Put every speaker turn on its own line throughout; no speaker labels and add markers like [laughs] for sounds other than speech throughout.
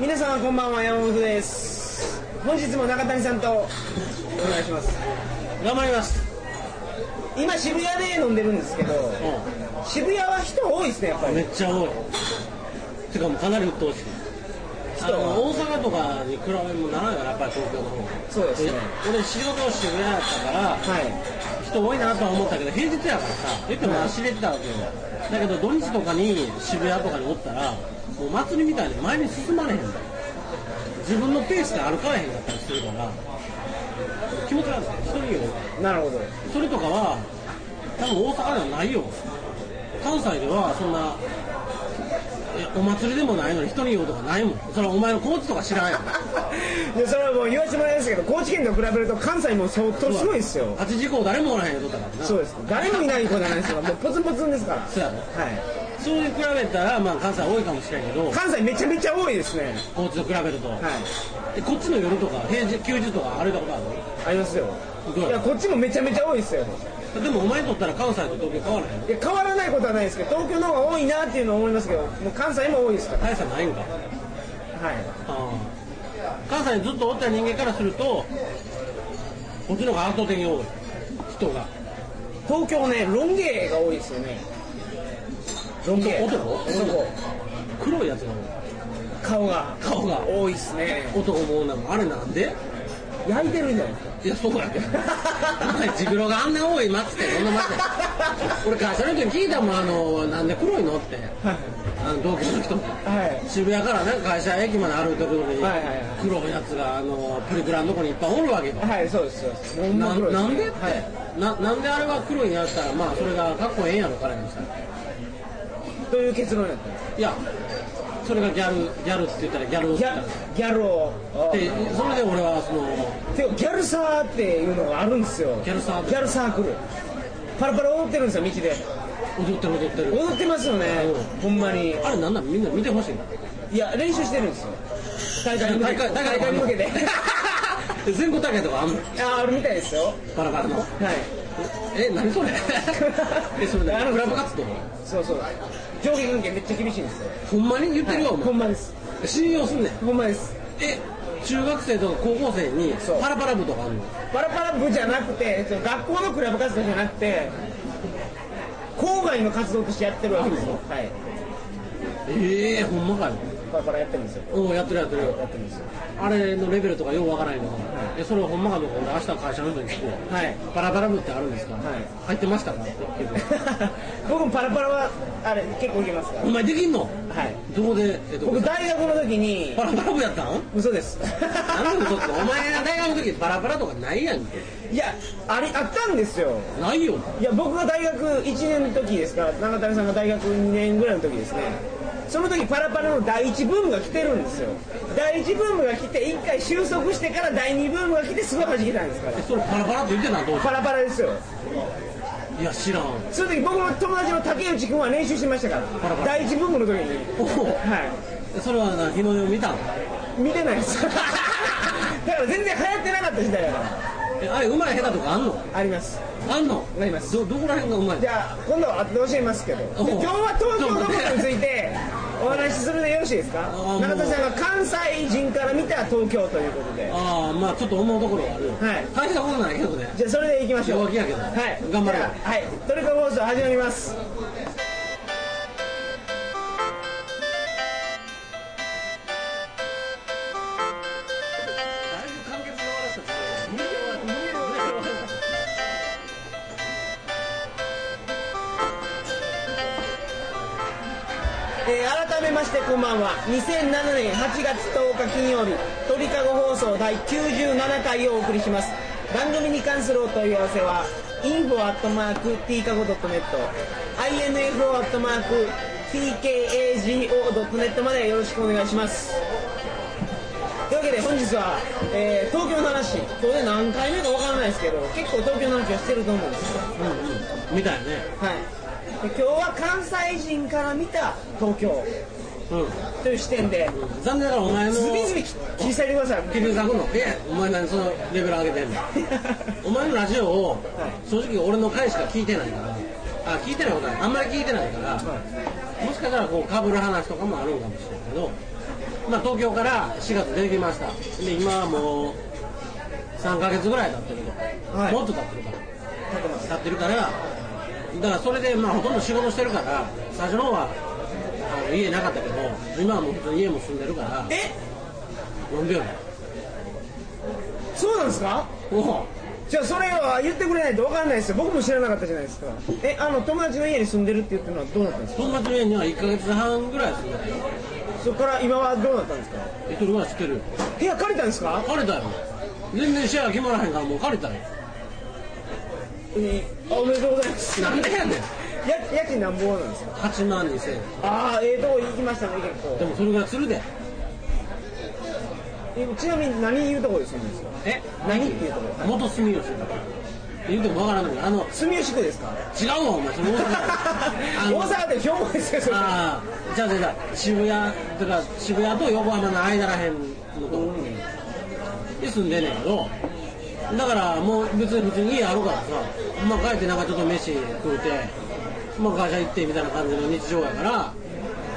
皆様こんばんは山本です本日も中谷さんとお願いします
頑張ります
今渋谷で飲んでるんですけど渋谷は人多いですねやっぱり
めっちゃ多いてかもうかなり鬱陶しいあの大阪とかに比べもならないからやっぱり東京の方が
そうですね
俺仕事を渋谷やったから
はい
人多いなとは思ったけど平日やからさ言っても走れてたわけよだけど土日とかに渋谷とかにおったらもう祭りみたいに前に進まれへんだよ自分のペースで歩かれへんかったりするから気持ち悪い一人よ
なるほど [laughs]
それとかは多分大阪ではないよ関西ではそんないやお祭りでもないのに人に言うことがないもんそれはお前のコーチとか知らんやん
でそれはもう言わせてもらいますけど高知県と比べると関西も相当すごいですよ
8時以降誰もおらへんよとったからな
そうです誰もいない子じゃないですよもうポツンポツンですから
そうやろ
はい
それに比べたらまあ関西多いかもしれんけど
関西めちゃめちゃ多いですね
高知と比べると、
はい
えこっちの夜とか平日休日とか歩いたことある
ありますよ
どう
いやこっちもめちゃめちゃ多いですよ
でもお前にとったら関西と東京変わらへん
いや変わらないことはないですけど東京の方が多いなっていうのは思いますけどもう関西も多いですから
大差ないんか
はい
ああ関西にずっとおった人間からするとこっちの方が圧倒的に多い人が
東京ねロン毛が多いですよねロン毛
男
男
黒いやつが
顔が
多い顔が
多いですね
男も女もあれなんで
焼いてるんじゃない
いやそうやけどお前ジグロがあんな多い祭ってそんな祭って俺会社の時聞いたもんあのなんで黒いのってあの同居の人に
はい
渋谷からね会社駅まで歩いてくのに
はいはいはい
黒いやつがあのプリクラのとこにいっぱいおるわけよ
はいそうですそうですほん
な
ま黒い
なんでっ
す
て、
はい
ななんであれは黒いやつたらまあそれがかっこええんやろからにしたら
という結論やったんです
いやそれがギャルギャルって言ったらギャルを
ギ
言ったら
ャギャルを
でそれで俺はその
てかギャルサーっていうのがあるんですよ
ギャルサー
ギャルサークルパラパラ踊ってるんですよ道で
踊ってる踊ってる
踊ってますよね
う
ほんまに
あれなんなんみんな見てほしいない
や練習してるんですよ大会に向け
大会大会
に向けて
で [laughs] 全国大会とかあんの
[laughs] あーあるみたいですよは
バラバラの
い
え何それ [laughs] えそれ何クラブ活動
そうそう上下関係めっちゃ厳しいんですよ
ほんまに言ってるわ、お
ほんまです
前信用すんねん
ほんまです
え中学生とか高校生に
そう
パラパラ部とかあんの
パラパラ部じゃなくてその学校のクラブ活動じゃなくて郊外の活動としてやってるわけですよはい
ええほんまかよ
パラパラやってるんですよ
おうやってるやってる
やってるんですよ
あれのレベルとかようわからないのえそれほんまかどうか俺明日会社の人に聞くわ
はい [laughs]
パラパラ部ってあるんですか、
い
入ってましたかって聞く
僕もパラパラはあれ結構いけますから
お前できんの
はい
どこでえっと
僕大学の時に
パラパラ部やったん
嘘です
なんで嘘つくのお前が大学の時バラバラとかないやんけ
[laughs] いやあれあったんですよ
ないよ
いや僕が大学1年の時ですから中谷さんが大学2年ぐらいの時ですねその時パラパラの第1ブームが来てるんですよ第1ブームが来て1回収束してから第2ブームが来てすごい弾けたんですから
えそれパラパラって言ってたんどうし
パラパラですよ
いや知らん
その時僕の友達の竹内君は練習してましたから
パラパラ
第1ブームの時に
おお
は
それはな日の目を見たん
い見てないです [laughs] だから全然流行ってなかった時代だから
えあれうまい下手とかあんの
あります
あんの
あります
どどこら辺がうまい
じゃあ今度は後で教えますけどで
おう
今日は東京ドームについてお話しするでよろしいですか
あー
中田さんが関西人から見た東京ということで
ああまあちょっと思うところはあるよ
はい
大したことないけどね
じゃあそれでいきましょう
弱気やけど
はい
頑張ろ
じ
う
ゃあはいトリコ放送始まります
だいぶ簡潔に終わらせた
えー改めましてこんばんは2007年8月10日金曜日鳥かご放送第97回をお送りします番組に関するお問い合わせは info.tkago.net info.tkago.net までよろしくお願いしますというわけで本日は、えー東京の話これで何回目かわからないですけど結構東京の話をしてると思うんですよ
うんうんみたいね
はいで今日は関西人から見た東京
う
という視点で
ん残念ながらお前の
ズビズビ切り裂いてください。
切り裂くのいやお前何そのレベル上げてんのお前のラジオを正直俺の回しか聞いてないからあ聞いてないことないあんまり聞いてないから、もしかしたらこうかぶる話とかもあるんかもしれないけどまあ、東京から4月出てきましたで今はもう3ヶ月ぐらい経ってると、
はい
もっと経ってるから経ってるからだからそれでまあほとんど仕事してるから最初の方はあの家なかったけど今はもう本当に家も住んでるから
[laughs] え
4秒や
そうなんですか
おお
じゃあそれは言ってくれないと分かんないですよ僕も知らなかったじゃないですかえあの友達の家に住んでるって言ってるのはどうなったんですか
友達の家には1ヶ月半ぐらい住んでたよ
そこから今はどうなったんですか
一人ぐらい知ってるよ
部屋借りたんですか
借りたよ全然シェア決まらへんからもう借りたよ
えーあおめでとうございます
なんでやねん
家家賃なんぼなんですか
8万2000円
ああええとこ行きましたね結構
でもそれぐらいするで
えちなみに何言うとこで住んでるんですか
え
何っていうところ
元住吉だから言うてもわからないけどあの
住吉区です [laughs] か
違うわお前それ大阪
大 [laughs]
の
阪って標高ですよそれ
ああじゃあじゃあじゃあ渋谷とか渋谷と横浜の間らへんのとこに住んでんねんけどだからもう別に普通に家あるからさ、まあ、帰ってなんかちょっと飯食うて、まあ、会社行ってみたいな感じの日常やから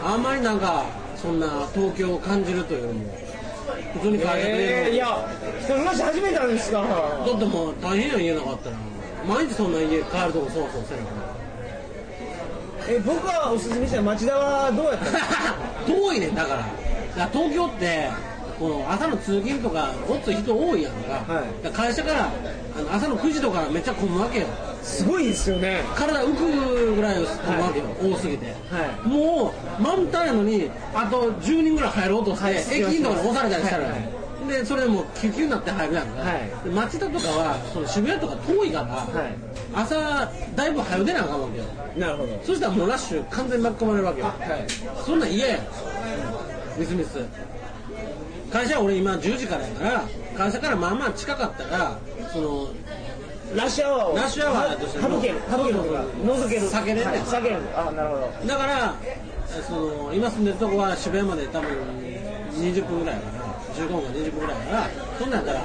あんまりなんかそんな東京を感じるというよりも普通に会社
え
で、
ーいや人の話初めてなんですか
だってもう大変やん家なかったら毎日そんな家帰るとこそうそうせなから
え僕はおすすめした町田はどうやったんですか
[laughs] 遠いねんだからだから東京ってこの朝の通勤とかごっつ人多いやんか,、
はい
だから会社からあの朝の9時とかめっちゃ混むわけよ
すごいですよね
体浮くぐらい混むわけよ、多すぎて、
い
もう満タンやのにあと10人ぐらい入ろうとして、
はい知ってます
駅員とかに押されたりしたら、
はいは
でそれでもう救急になって入るやんか、
はい
で町田とかはその渋谷とか遠いから、
はい
朝だいぶ早出なあかんわけよ
なるほど
そしたらもうラッシュ完全に巻き込まれるわけよ
はい
そんなん嫌やんみすみす会社は俺今10時からやから会社からまあまあ近かったらその
ラッシュアワーを
ラッシュアワーとして
省ける省けるとか覗ける
避けれんねん
はい避けるあなるほど
だからその今住んでるとこは渋谷まで多分20分ぐらいやから15分か20分ぐらいやからそんなんやったら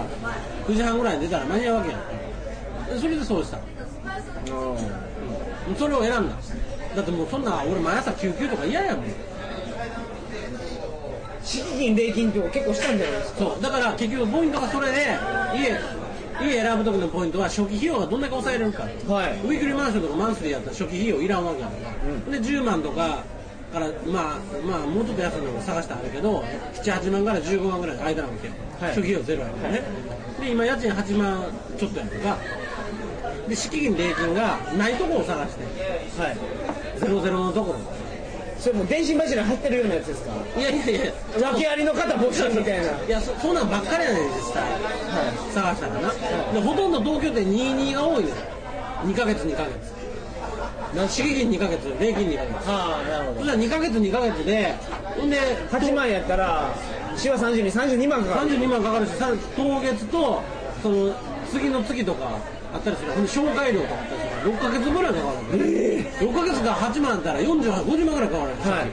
9時半ぐらいに出たら間に合うわけやんそれでそうしたそれを選んだだってもうそんな俺毎朝救急とか嫌やもん
敷金礼金とか結構したんじゃないですか
そうだから結局ポイントがそれで家家選ぶ時のポイントは初期費用がどんだけ抑えれるか
はい
ウィークリーマンションとかマンスリーやったら初期費用いらんわけやから、で10万とかからまあまあもうちょっと安いのを探したらあるけど78万から15万ぐらいの間なわけよ、
はい
初期費用ゼロやからね、で今家賃8万ちょっとやとかで敷金礼金がないとこを探して
はい
ゼロゼロのところ
それもう電信柱入ってるようなやつですか
いやいやいや
訳ありの方募集みたいなはい
やそそんなんばっかりやねん実際探したかな、でほとんど東京って22が多いのよ2ヶ月2ヶ月な刺激2ヶ月礼金2ヶ
[laughs]
月
ああなる
そしたら2ヶ月2ヶ月でほんで
ほど8万やったら市は30に32万かかる
32万かかるしさ当月とその次の月とかあったりするほんで紹介料とかあったりするから6ヶ月ぐらいかかるの、6ヶ月から8万あったら4850万ぐらいかかるの
はい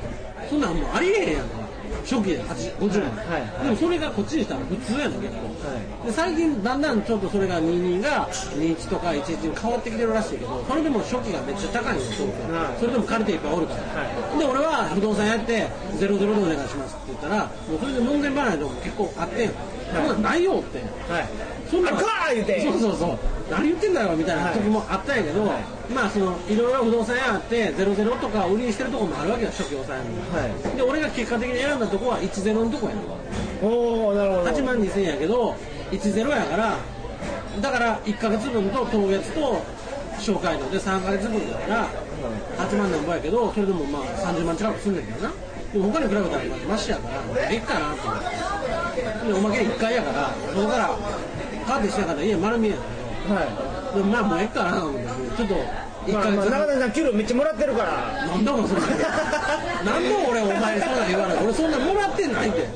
そんなんもうありえへんやんか初期で8 50万、
はいはい
でもそれがこっちにしたら普通やの結構、
は
で最近だんだんちょっとそれが22が21とか11に変わってきてるらしいけどそれでも初期がめっちゃ高いの東京、
はい
それでも借りていっぱいおるから、
は
で俺は不動産やって「ゼロゼロでお願いします」って言ったらもうそれで門前払いとかも結構あってん、そんなんないよって
はい
そんなん
あかー言うて
そうそうそう何言ってんだよみたいな時もあったんやけど、まあそのいろいろ不動産屋あってゼロゼロとか売りにしてるとこもあるわけよ初期抑えの、
はい
で俺が結果的に選んだとこは1ゼロのとこやねん
おおなるほど
8万2000円やけど10やからだから1ヶ月分と当月と紹介料で3ヶ月分だから8万なんぼやけどそれでもまあ30万近くすんねんけどなでも他に比べたらまあマシやからでっかなって思ってでおまけ1回やからそこからカーテンしなかったら家丸見えやねん
は
けどでもまあもうええかな思ってちょっと
い
1
まあ
ヶ
まあ
月
中谷さん給料めっちゃもらってるから
なんだもんそれなんで俺お前そんなん言わない俺そんなもらってないって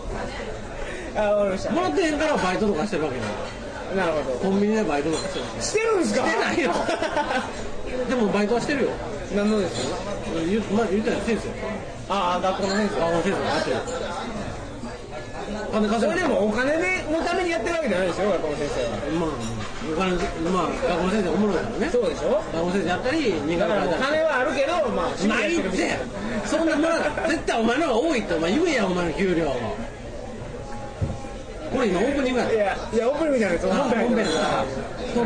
あわかりまし
もらってへんからバイトとかしてるわけよ
たなるほど
コンビニでバイトとかしてるわけ
してるんですか
してないよでもバイトはしてるよ。
[laughs] 何のですか
言う、まあ、言うたら先生。
ああ学校の先生
あの先生がやってる。金
そ
稼
れ
い
で。もお金でのためにやってるわけじゃないですよ学校の先生は
まあ、お金、まあ、学校の先生おもろいからね。
そうでしょ
学校の先生やったり、苦
だから
や
もう
ったり。
金はあるけどまあ
ないって。そんなもら、絶対お前の方が多いって、お前言えや、お前の給料を。れ今オープニングやった
いやいやオープニングじゃないです
あ
本
本
編
編だ東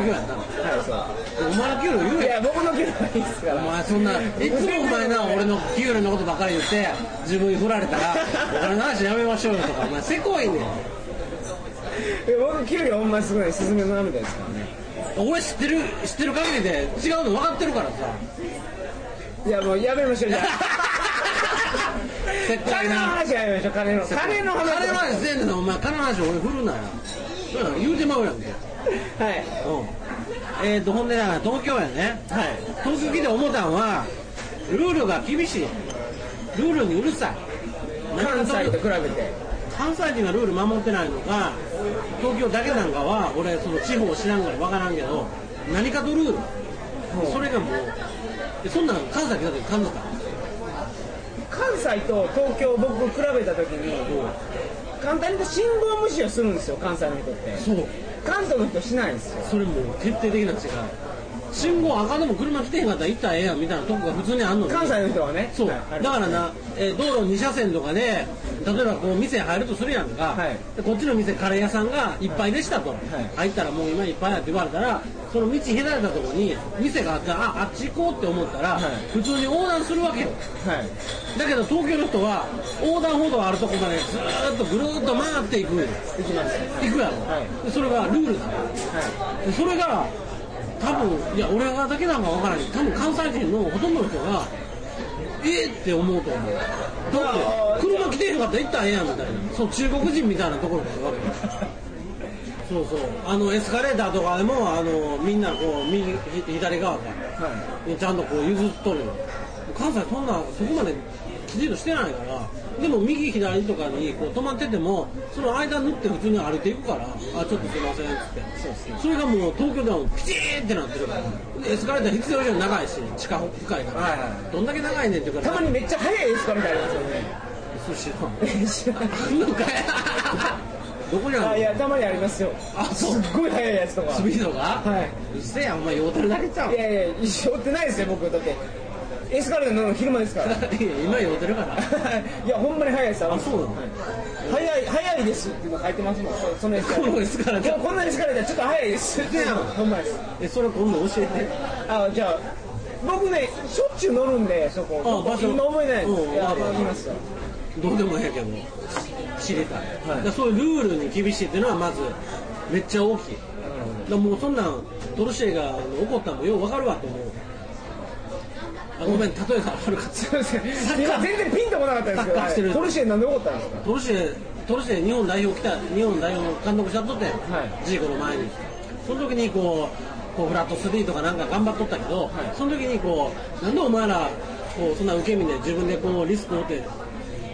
京やったの
は
お前の給料言
いそう
う
い
や
や僕の給料はいいですか
お
ら
前そんないつもお前な俺の給料のことばっかり言って自分に振られたらお金の話やめましょうよとかお前せこいね
い
ん
や僕給料ほんますごいスズメの涙ですからね
俺知ってる知ってる限りで違うの分かってるからさ
いやもうやめましょうじゃあ [laughs]
せっか
金
い
の
な
話はやめましょう金の金の話
金の話せんねんなお前金の話俺振るなよそうやな言うてまうやんけうん
はい
えーとほんでな東京やね
はい
東京来て思ったんはルールが厳しいルールにうるさい
関西と比べて
関西人がルール守ってないのか東京だけなんかは俺その地方知らんから分からんけど何かとルールそれがもうえそんなん関西来た時感じた
関西と東京を僕比べた時に簡単に言うと信号無視をするんですよ関西の人って
そう
関東の人しないんですよ
それもう徹底的な違い信号赤でも車来てへんかったら行ったらええやんみたいなとこが普通にあんのに
関西の人はね
そうだ
はいありま
からな、えー道路2車線とかで例えばこう店入るとするやんか、
はい
でこっちの店カレー屋さんがいっぱいでしたと、入ったらもう今いっぱいやって言われたらその道左れたとこに店があったらああっち行こうって思ったら、
い
普通に横断するわけよ
すはい
だけど東京の人は横断歩道あるとこまでずーっとぐるーっと回っていくんよ
行きますはい
行くやろ、
は
でそれがルールだよでそれが多分いや俺がだけなんかわからない多分関西人のほとんどの人がえっって思うと思うだって車来てへんかったら行ったらええやんみたいなそう中国人みたいなところがあるわけよそうそうあのエスカレーターとかでもあのみんなこう右ひ左側から
は
ちゃんとこう譲っとるよ関西そんなそこまできちんとしてないからでも右左とかにこう止まっててもその間縫って普通に歩いていくからあちょっとすいませんっつって
いそうですね
それがもう東京ではもうピチーってなってるからでエスカレーター必要以上に長いし地下深いから、
はいは
どんだけ長いねんっていうか
た
ら
まにめっちゃ速いエスカレーターあり
寿司の
ますよね
あんのかい [laughs] どこに
知らん
あ
あい
るの
やたまにありますよ
あそう
すっごい速いやつとか
スピードが
は
うっせえやんお前酔うてるだけちゃう
いやいや一緒ってないですよ僕だってエスカレーター乗るの昼間ですから
いや今酔うてるから
いやほんまに速いです
あそうなの
早い早いですっていうの書いてますもんそそのエスカレ
こ
ー
のエスカレー
ター
タ
今日
ー
こんなエスカレーターちょっと早いですっていうのほんまです
えそれ今度教えて
あじゃあ僕ねしょっちゅう乗るんでそこ
あ場所
今思えないです
うん
いや
わかる
言いますよ
どうでもええけど知りたい、
はい
だからそういうルールに厳しいっていうのはまずめっちゃ大きいだからもうそんなんトルシエがあの怒ったのもようわかるわと思うあごめん例えが悪かっ
すいません
サッカー
今全然ピンとこなかったんですけ
サッカーして
ど
る
はいトルシエなんで怒ったんですか
たトルシエトルシエ日本代表来た日本代表の監督しちゃっとったやん、
は
ジーコの前にその時にこうこうフラット3とかなんか頑張っとったけど、
い
その時にこうなんでお前らこうそんな受け身で自分でこうリスクを負って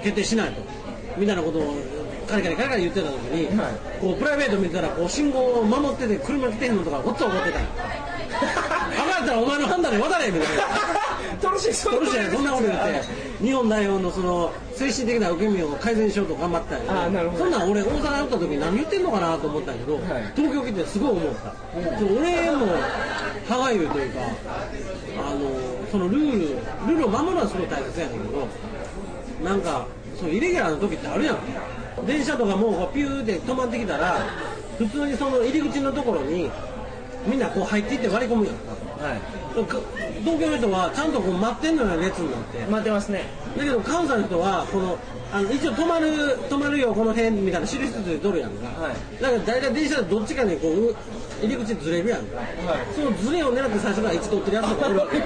決定しないとみたいなことをカリカリカリカリ言ってた時に、
はい
こうプライベート見たらこう信号を守ってて車来てんのとかごっつ怒ってたよ分かったらお前の判断で渡れみたいな。
トルシエそ
トルシエそんなこと言って日本代表のその精神的な受け身を改善しようと頑張ったんやけ
あーなるほど
そんなん俺大阪におった時何言ってんのかなと思ったんやけど、
い
東京来てすごい思った、そう俺も歯がゆいというかあのそのルールルールを守るのはすごい大切やねんけどなんかそうイレギュラーの時ってあるやん電車とかもこうピューって止まってきたら普通にその入り口のところにみんなこう入っていって割り込むやんか
はい
東京の人はちゃんとこう待ってんのよ列になって
待ってますね
だけど関西の人はこのあの一応止まる止まるよこの辺みたいな印ついて取るやんか、
は
だから大体電車でどっちかにこうう入り口ずれるやんか、そのずれを狙って最初から位置取ってるやつとかお
[laughs]
るわけ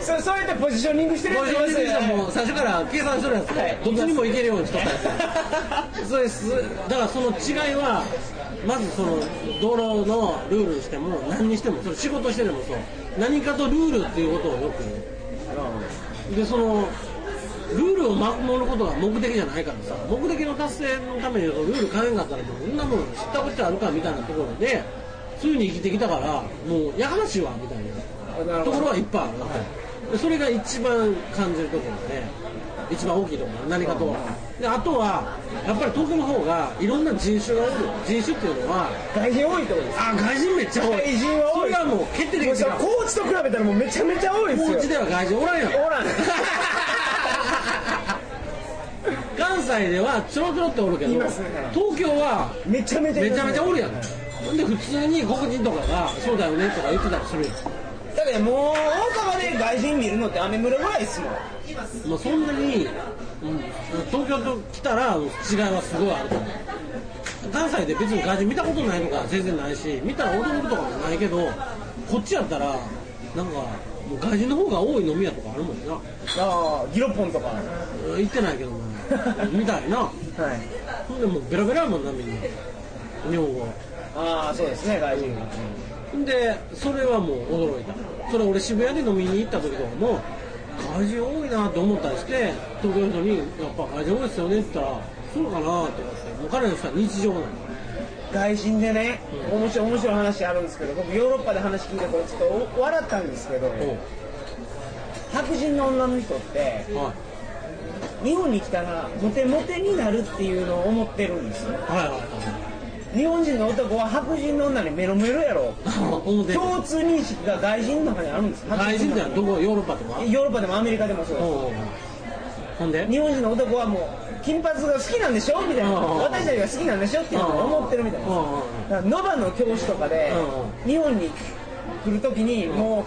そうそうやってポジショニングしてる
こ
や
う
つい
いう
ます
人
よ
も
ね
う最初から計算しとるやつ、
はい
どっちにも行けるようにしとったや
[laughs]
つそうですだからその違いはまずその道路のルールにしても何にしてもそれ仕事してでもそう何かとルールっていうことをよく言うでそのルールを守ることが目的じゃないからさ目的の達成のためにルール変えんかったらもうこんなもん知ったこっちゃあるかみたいなところでそういうふうに生きてきたからもうやかましいわみたい
あなる
な
ほ
と
ど
ころはいっぱいある、でそれが一番感じるところで一番大きいところ何かとであとはやっぱり東京の方がいろんな人種がおる人種っていうのは
外人多いってことです
あ外人めっちゃ多い
外人は
そ
多い
れがもう決定的
も
に
うそれ高知と比べたらもうめちゃめちゃ多いです
高
よ
知では外人おらんやん
おらん
[laughs] 関西ではちょろちょろっておるけど、
いますね
東京は
めちゃめちゃ
めちゃめちゃおる
や
やん。ほんで普通に黒人とかが「そうだよね」とか言ってたりするやん
だからもう大阪で外人見るのって雨村ぐらいっすもん
もうそんなに、うん、東京と来たら違いはすごいあると思う関西で別に外人見たことないとか全然ないし見たら驚くとかもないけどこっちやったらなんかもう外人の方が多い飲み屋とかあるもんな
ああギロッポンとかは
うん行ってないけどもみたいないほんでもうベラベラやもんなみんな日本語
ああそうですね外人
でそれはもう驚いたそれ俺渋谷で飲みに行った時とかも外人多いなって思ったりして東京の人に「やっぱ外人多いですよね」って言ったら「そうかな」って思ってもう彼の人は日常なの
外人でね面白い面白い話あるんですけど僕ヨーロッパで話聞いた頃ちょっと笑ったんですけど白人の女の人って
おうはい
日本に来たらモテモテになるっていうのを思ってるんですよ
はいはい
日本人の男は白人の女にメロメロやろ
はい [laughs] 表
共通認識が外人の中にあるんです
外人ってのはどこヨーロッパとか
ヨーロッパでもアメリカでもそうです
おうおうおうほんで
日本人の男はもう金髪が好きなんでしょみたいな
うんうんうん
私たちが好きなんでしょっていうのを思ってるみたいな
うんうん
だからノバの教師とかで
う
日本に来る時にもう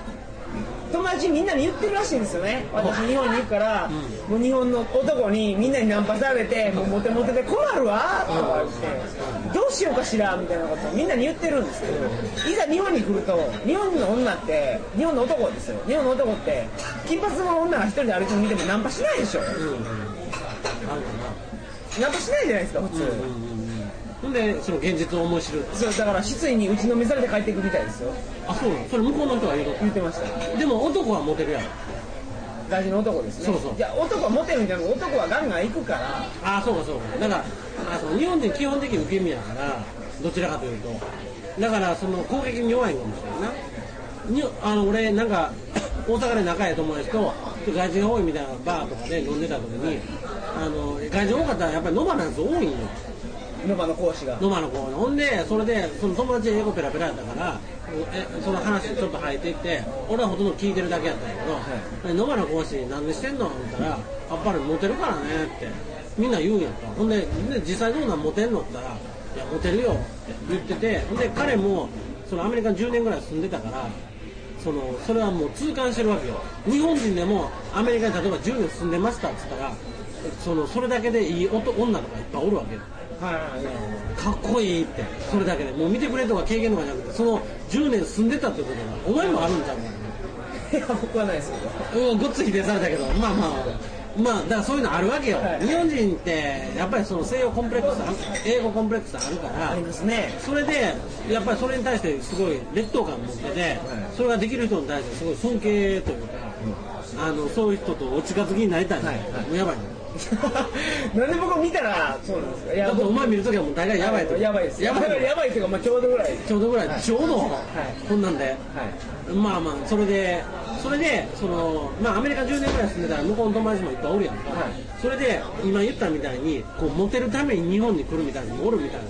友達みんなに言ってるらしいんですよね私日本に行くからもう日本の男にみんなにナンパされてもうモテモテで困るわとか言ってどうしようかしらみたいなことをみんなに言ってるんですけどいざ日本に来ると日本の女って日本の男ですよ日本の男って金髪の女が一人で歩いてるの見てもナンパしないでしょ
うんうんなんかな
ナンパしないじゃないですか普通、
うんうんうんほんでその現実を思い知る
そうだから失意に打ちのめされて帰っていくみたいですよ
あそうなのそれ向こうの人が言うこ
言ってました
とでも男はモテるやん
大事な男ですね
そうそう
いや男はモテるんじゃなくて男はガンガン行くから
ああそうかそうかだからあそう日本人基本的に受け身やからどちらかというとだからその攻撃に弱いんかもしれないなにあの俺なんか [coughs] 大阪で仲いい友達と外人が多いみたいなバーとかで飲んでた時にあの外人多かったらやっぱり野場のやつ多いんよ
ノバの講師が
野間の子ほんでそれでその友達英語ペラペラやったからえその話ちょっと入っていって俺はほとんど聞いてるだけやったんやけど、野間の講師に「何でしてんの?」って言ったら「やっぱりモテるからね」ってみんな言うんやったほんでで実際どうなんモテんのって言ったら「いやモテるよ」って言っててほんで彼もそのアメリカに10年ぐらい住んでたからそのそれはもう痛感してるわけよ日本人でもアメリカに例えば10年住んでましたっつったらそのそれだけでいい男女とかいっぱいおるわけよ
はいはいはい
かっこいいってそれだけでもう見てくれとか経験とかじゃなくてその10年住んでたってことがお前もあるんちゃうか
いや僕はないですけど
うんごっつ否定されたけどまあまあまあだからそういうのあるわけよ、
はい
日本人ってやっぱりその西洋コンプレックスある英語コンプレックスあるから
ありますね
それでやっぱりそれに対してすごい劣等感持ってて、それができる人に対してすごい尊敬というか、あのそういう人とお近づきになりたい、
はいはい
もうやばいね
[laughs] なんで僕見たらそうなんですかい
だってお前見るときはもう大概やばいと
やばいです
やばいと
やばいっていうかまあちょうどぐらい
ちょうどぐらい、
はい
ちょうど、
い
こんなんで
は
まあまあそれでそれでそのまあアメリカ10年ぐらい住んでたら向こうの友達もいっぱいおるやんか、
はい
それで今言ったみたいにこうモテるために日本に来るみたいなのもおるみたいな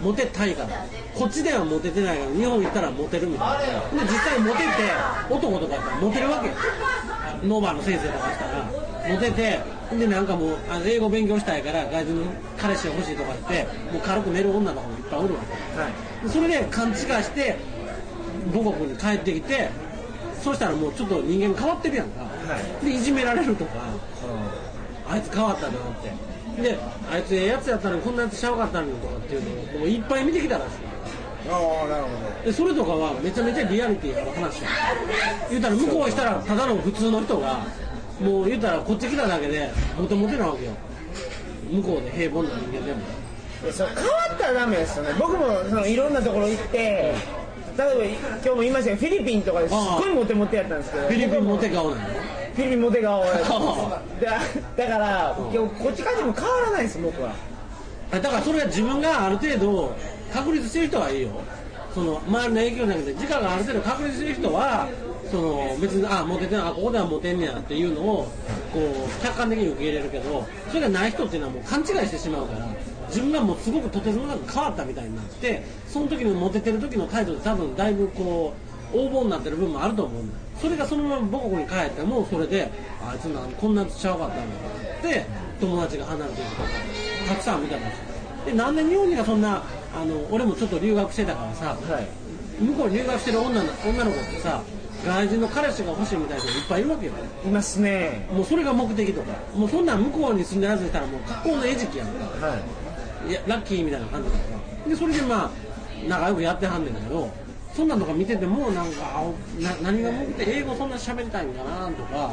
モテたいからこっちではモテてないから日本行ったらモテるみたいなで実際モテて男とかやったらモテるわけよノーバーの先生とかしたらモテてでなんかもうあ英語勉強したいから外人の彼氏が欲しいとか言ってもう軽く寝る女とかもいっぱいおるわけ
はい
それで勘違いして母国に帰ってきてそしたらもうちょっと人間変わってるやんか、
は
でいじめられるとかあいつ変わったなってであいつええやつやったのにこんなやつしゃうかったのにとかっていうのをもういっぱい見てきたらし
ああなるほ
いでそれとかはめちゃめちゃリアリティある話や言うたら向こうはしたらただの普通の人がもう言うたらこっち来ただけでモテモテなわけよ向こうで平凡な人間でも
どいやそう変わったらダメですよね僕もそのいろんなところ行って例えば今日も言いましたけどフィリピンとかですっごいモテモテやったんですけど
フィリピンモテ
フ
顔なの
ィリピンモテ顔だ [laughs]
あ
だから今日こっち帰っても変わらないです僕は
だからそれは自分がある程度確立してる人はいいよその周りの影響じゃなくて時間がある程度確立してる人はその別にあモテてんあここではモテんねやっていうのをこう客観的に受け入れるけどそれがない人っていうのはもう勘違いしてしまうから自分がもうすごくとてつもなく変わったみたいになってその時のモテてる時の態度で多分だいぶこう横暴になってる部分もあると思うんだよそれがそのまま母国に帰ってもそれであいつなんこんなやつちゃうかったんだって友達が離れていくとかたくさん見たんですよでなんで日本にはそんなあの俺もちょっと留学してたからさ
はい
向こうに留学してる女の女の子ってさ外人の彼氏が欲しいみたいな人いっぱいいるわけよ
いますね
もうそれが目的とかもうそんなん向こうに住んでるやついたらもう格好の餌食やんか
はい
いやラッキーみたいな感じだからでそれでまあ仲良くやってはんねんけどそんなんとか見ててもなんかあおな何が目的英語そんな喋りたいんかなとか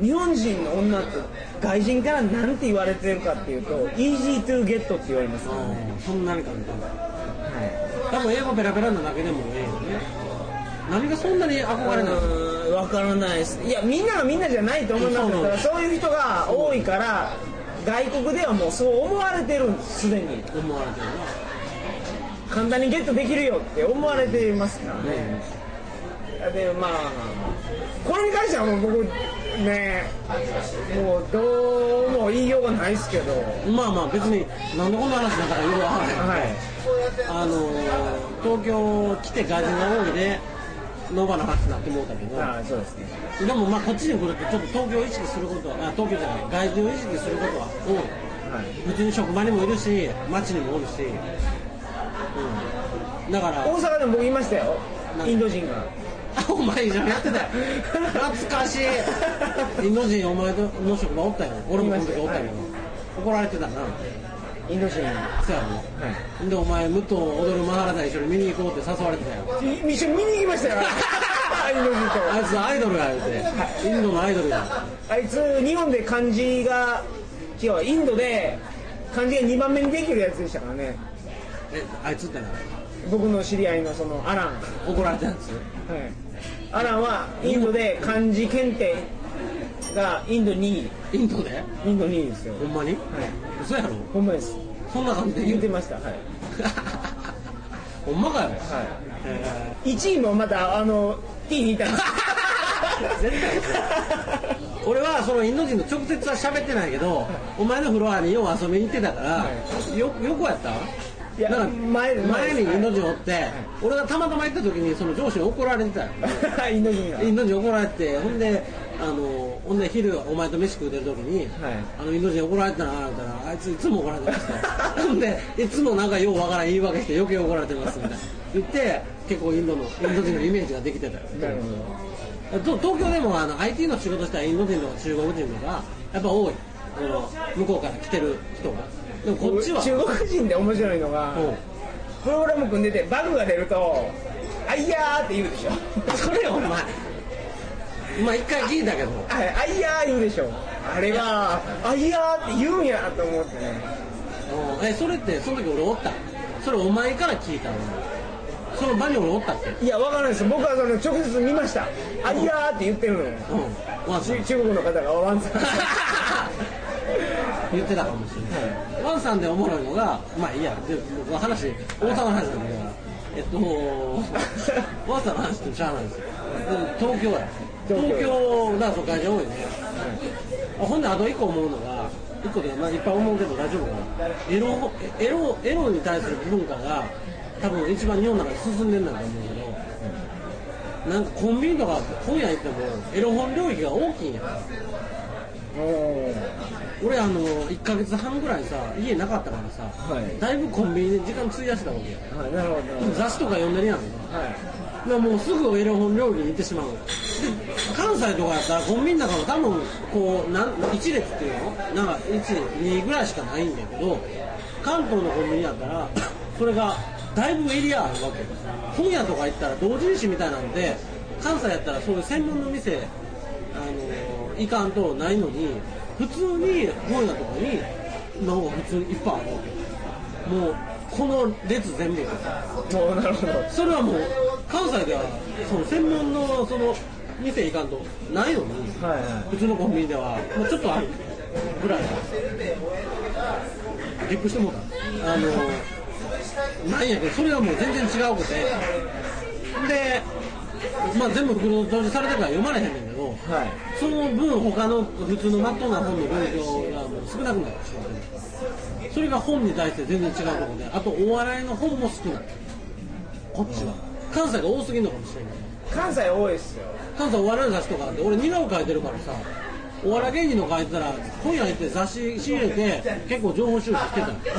日本人の女って外人からなんて言われてるかっていうと easy to get って言われますからね、
そんなにかみたいな
は、
多分英語ペラペラなだけでもええよね何がそんなに憧れないの
うーんわからないですいやみんながみんなじゃないと思います
そ
よ
う
だからそういう人が多いから外国ではもうそう思われてるんですすでに
思われてる
簡単にゲットできるよって思われていますから
なね
でまあこれに関してはもう僕ねもうどうも言いようがないですけどは
まあまあ別になんでこんな話になったかよくわからない
い
あのー東京来て外人が多いで野場の話になってもうたけど
ああそうですね
でもまあこっちに来るとちょっと東京を意識することはあ東京じゃない外人を意識することは
はい
多い普通に職場にもいるし街にもおるし、うん、だから
大阪でも僕いましたよ
なんか
インド人が
あお前じゃやってたよ懐かしいインド人お前の職場おったよ俺もこの時おったけど、
はい
怒られてたな
インド人
そうやろでお前武藤踊るマハラダ一緒に見に行こうって誘われてたよ
い一緒に見に行きました [laughs] よインド人
あいつアイドルが言うてインドのアイドルが
とあいつ日本で漢字が違うインドで漢字が2番目にできるやつでしたからね
えあいつってな
僕の知り合いのそのアラン、はい、
怒られたやつ
アランはインドで漢字検定がインド2位
インドで
インド2位ですよ
ほんまに
はい
嘘やろ
ほんまです
そんな感じで言
言
う [laughs]
ってて
も
ましたはい、
ほんまかよ、
は
え
い、1位もまたあの T にいたんです
絶対嘘ー [laughs] 俺はそのインド人と直接は喋ってないけどお前のフロアによう遊びに行ってたから、よ横やった
いや
なんか
前です
前にインド人おって、俺がたまたま行った時にその上司に怒られてたよ
[laughs] インド人が
インド人怒られてほんであのほんで昼お前と飯食うてる時に、
はい
あのインド人怒られてたな言うたらあいついつも怒られてます
[laughs]
とほんでいつもなんかようわからん言い訳して余計怒られてますみたいな言って結構インドのインド人のイメージができてたよ
なるほ
と東京でもあの IT の仕事したらインド人とか中国人とかやっぱ多いこの向こうから来てる人がでも
ど
こっちは
中国人で面白いのが
うん
プログラム組んでてバグが出ると「あいやー」って言うでしょ
それお前まあ一回聞いたけど
あれ「あいやー」言うでしょあれは「あいやー」って言うんやと思ってね
うんえそれってその時俺おったそれお前から聞いたのその場に俺おったっけ
いやわからないです僕はその直接見ました「あいやー」って言ってるの
うんワンさん
中中国の方がワンさん
言ってたかもしれないワンさんでおもろいのがまあいいやで僕は話大阪の話なんだけどえっ
[laughs]
とワンさんの話ってしゃあないんですよで東京や
東京
東京だと会社多いね、あほんであと一個思うのが一個でまあいっぱい思うけど大丈夫かなエロエロエロに対する文化が多分一番日本の中で進んでるんだと思うけど、なんかコンビニとか本屋行ってもエロ本領域が大きいんや
おー
俺あの1ヶ月半ぐらいさ家なかったからさ、
はい
だいぶコンビニで時間費やしてたわけよ
はいなるほ
雑誌とか読んでるやんか
どはい
だからもうすぐエロ本料理に行ってしまうで関西とかやったらコンビニの中の多分こうなん1列っていうのなんか12ぐらいしかないんだけど関東のコンビニやったらそれがだいぶエリアあるわけよ本屋とか行ったら同人誌みたいなんで関西やったらそういう専門の店あの行かんとないのに普通に本屋とかにの方が普通にいっぱいあるわけよもうこの列全部やから
おーなるほど
それはもう関西ではその専門のその店行かんとないのに
はいは
普通のコンビニではもうちょっとあるぐらいゲップしてもうたあのなんやけどそれはもう全然違うくてでまあ全部袋閉じされてるから読まれへんねんけど
いはい
その分他の普通のまっとうな本の分量がもう少なくなってしまってるそれが本に対して全然違うところであとお笑いの本も少ないこっちは関西が多すぎるのかもしれない
関西多いですよ
関西お笑いの雑誌とかあって俺似顔絵描いてるからさお笑い芸人の書いてたら本屋行って雑誌仕入れて結構情報収集してたので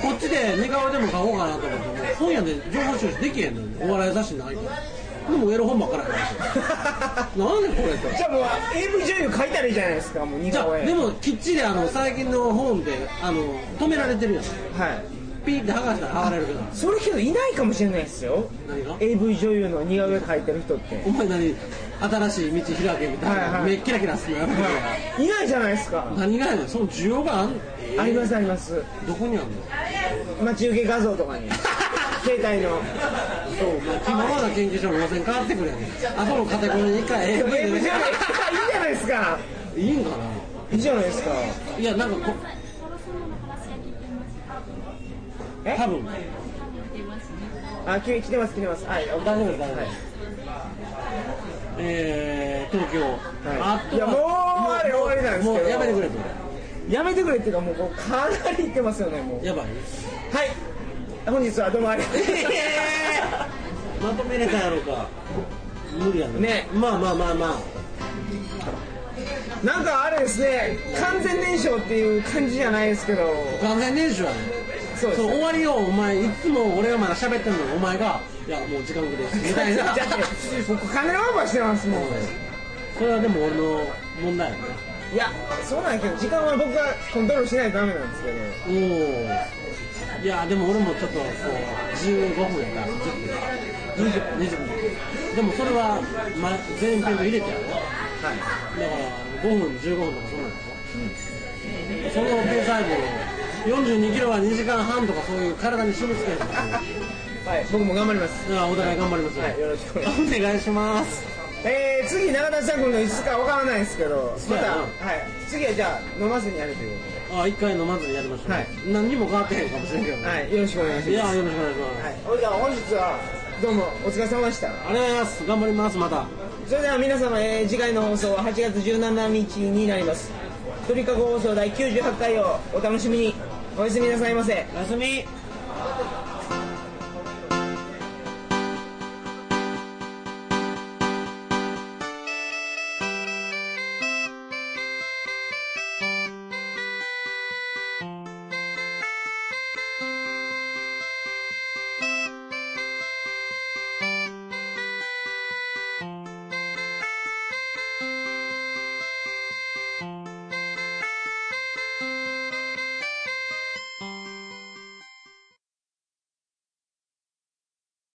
こっちで寝顔でも買おうかなと思っても本屋で情報収集できへんのよお笑い雑誌ないからでもエロ本ばっかりあるんですよなんでこれって
じゃあもう AV 女優書いたらいいじゃないですかもう似
じゃ
顔
あ
絵
でもきっちりあの最近の本であの止められてるやん
はい
ピーって剥がしたら剥がれるけど
それけどいないかもしれないですよ
何が
AV 女優の似顔絵描いてる人って
お前何新しい道開けみたいな、
はいはい
目キラキラするのやめて
いないじゃないですか
何がやねんその需要があん、えー
ありますあります
どこにあんの
待ち受け画像とかに携帯の
そう、まあ、気ままな研究所の路線変わってくるやんあそのカテゴリーに一回 AV で
AV 女優いいじゃないですか
いいんか
いいじゃないですか
ないやなんかこ
え
多分
あき来てます来てますはい大
大丈夫です大丈夫ですえー、東京、
はい
あと
いやもうあれ
もう
終わりなんですけど
もうやめてくれと
やめてくれっていうかもうこうかなりいってますよねもう
やばい
はい本日はどうもありがとうございました
まとめれたやろうか無理やね
ね
まあまあまあまあ
なんかあれですね完全燃焼っていう感じじゃないですけど
完全年収はね
そうです
そう終わりよお前いつも俺がまだ喋ってんのにお前が「いやもう時間くれ」みたいな
だって [laughs] 僕金オーバーしてますもん
これはでも俺の問題やね
いやそうなんやけど時間は僕がコントロールしないとダメなんですけど
おおいやでも俺もちょっとこう15分やから10分20分20分でもそれは、ま、前編と入れてやろだか
はい
ら5分15分とかそうなんでしょ、そのペース配分を42キロは2時間半とかそういう体に締め付けるんですよだか
はい僕も頑張ります
らお互い頑張りますよ、
はいよろしくお願いし
お願いします
ますえー、次永田さん君のいつかわからないですけど
そ
ま
う
た
やな
はい次はじゃあ飲まずにやるというこ
あ一回のまずやりましょう、
はい
何にも変わってへんかもしれんけど
と
ね、
ではいよろしくお願いし
い、
ま
や
す
よろしくお願いします、
はいそれでは本日はどうもお疲れ様でした
ありがとうございます頑張りますまた
それでは皆様、えー次回の放送は8月17日になります鳥かご放送第98回をお楽しみにおやすみなさいませ
おやすみ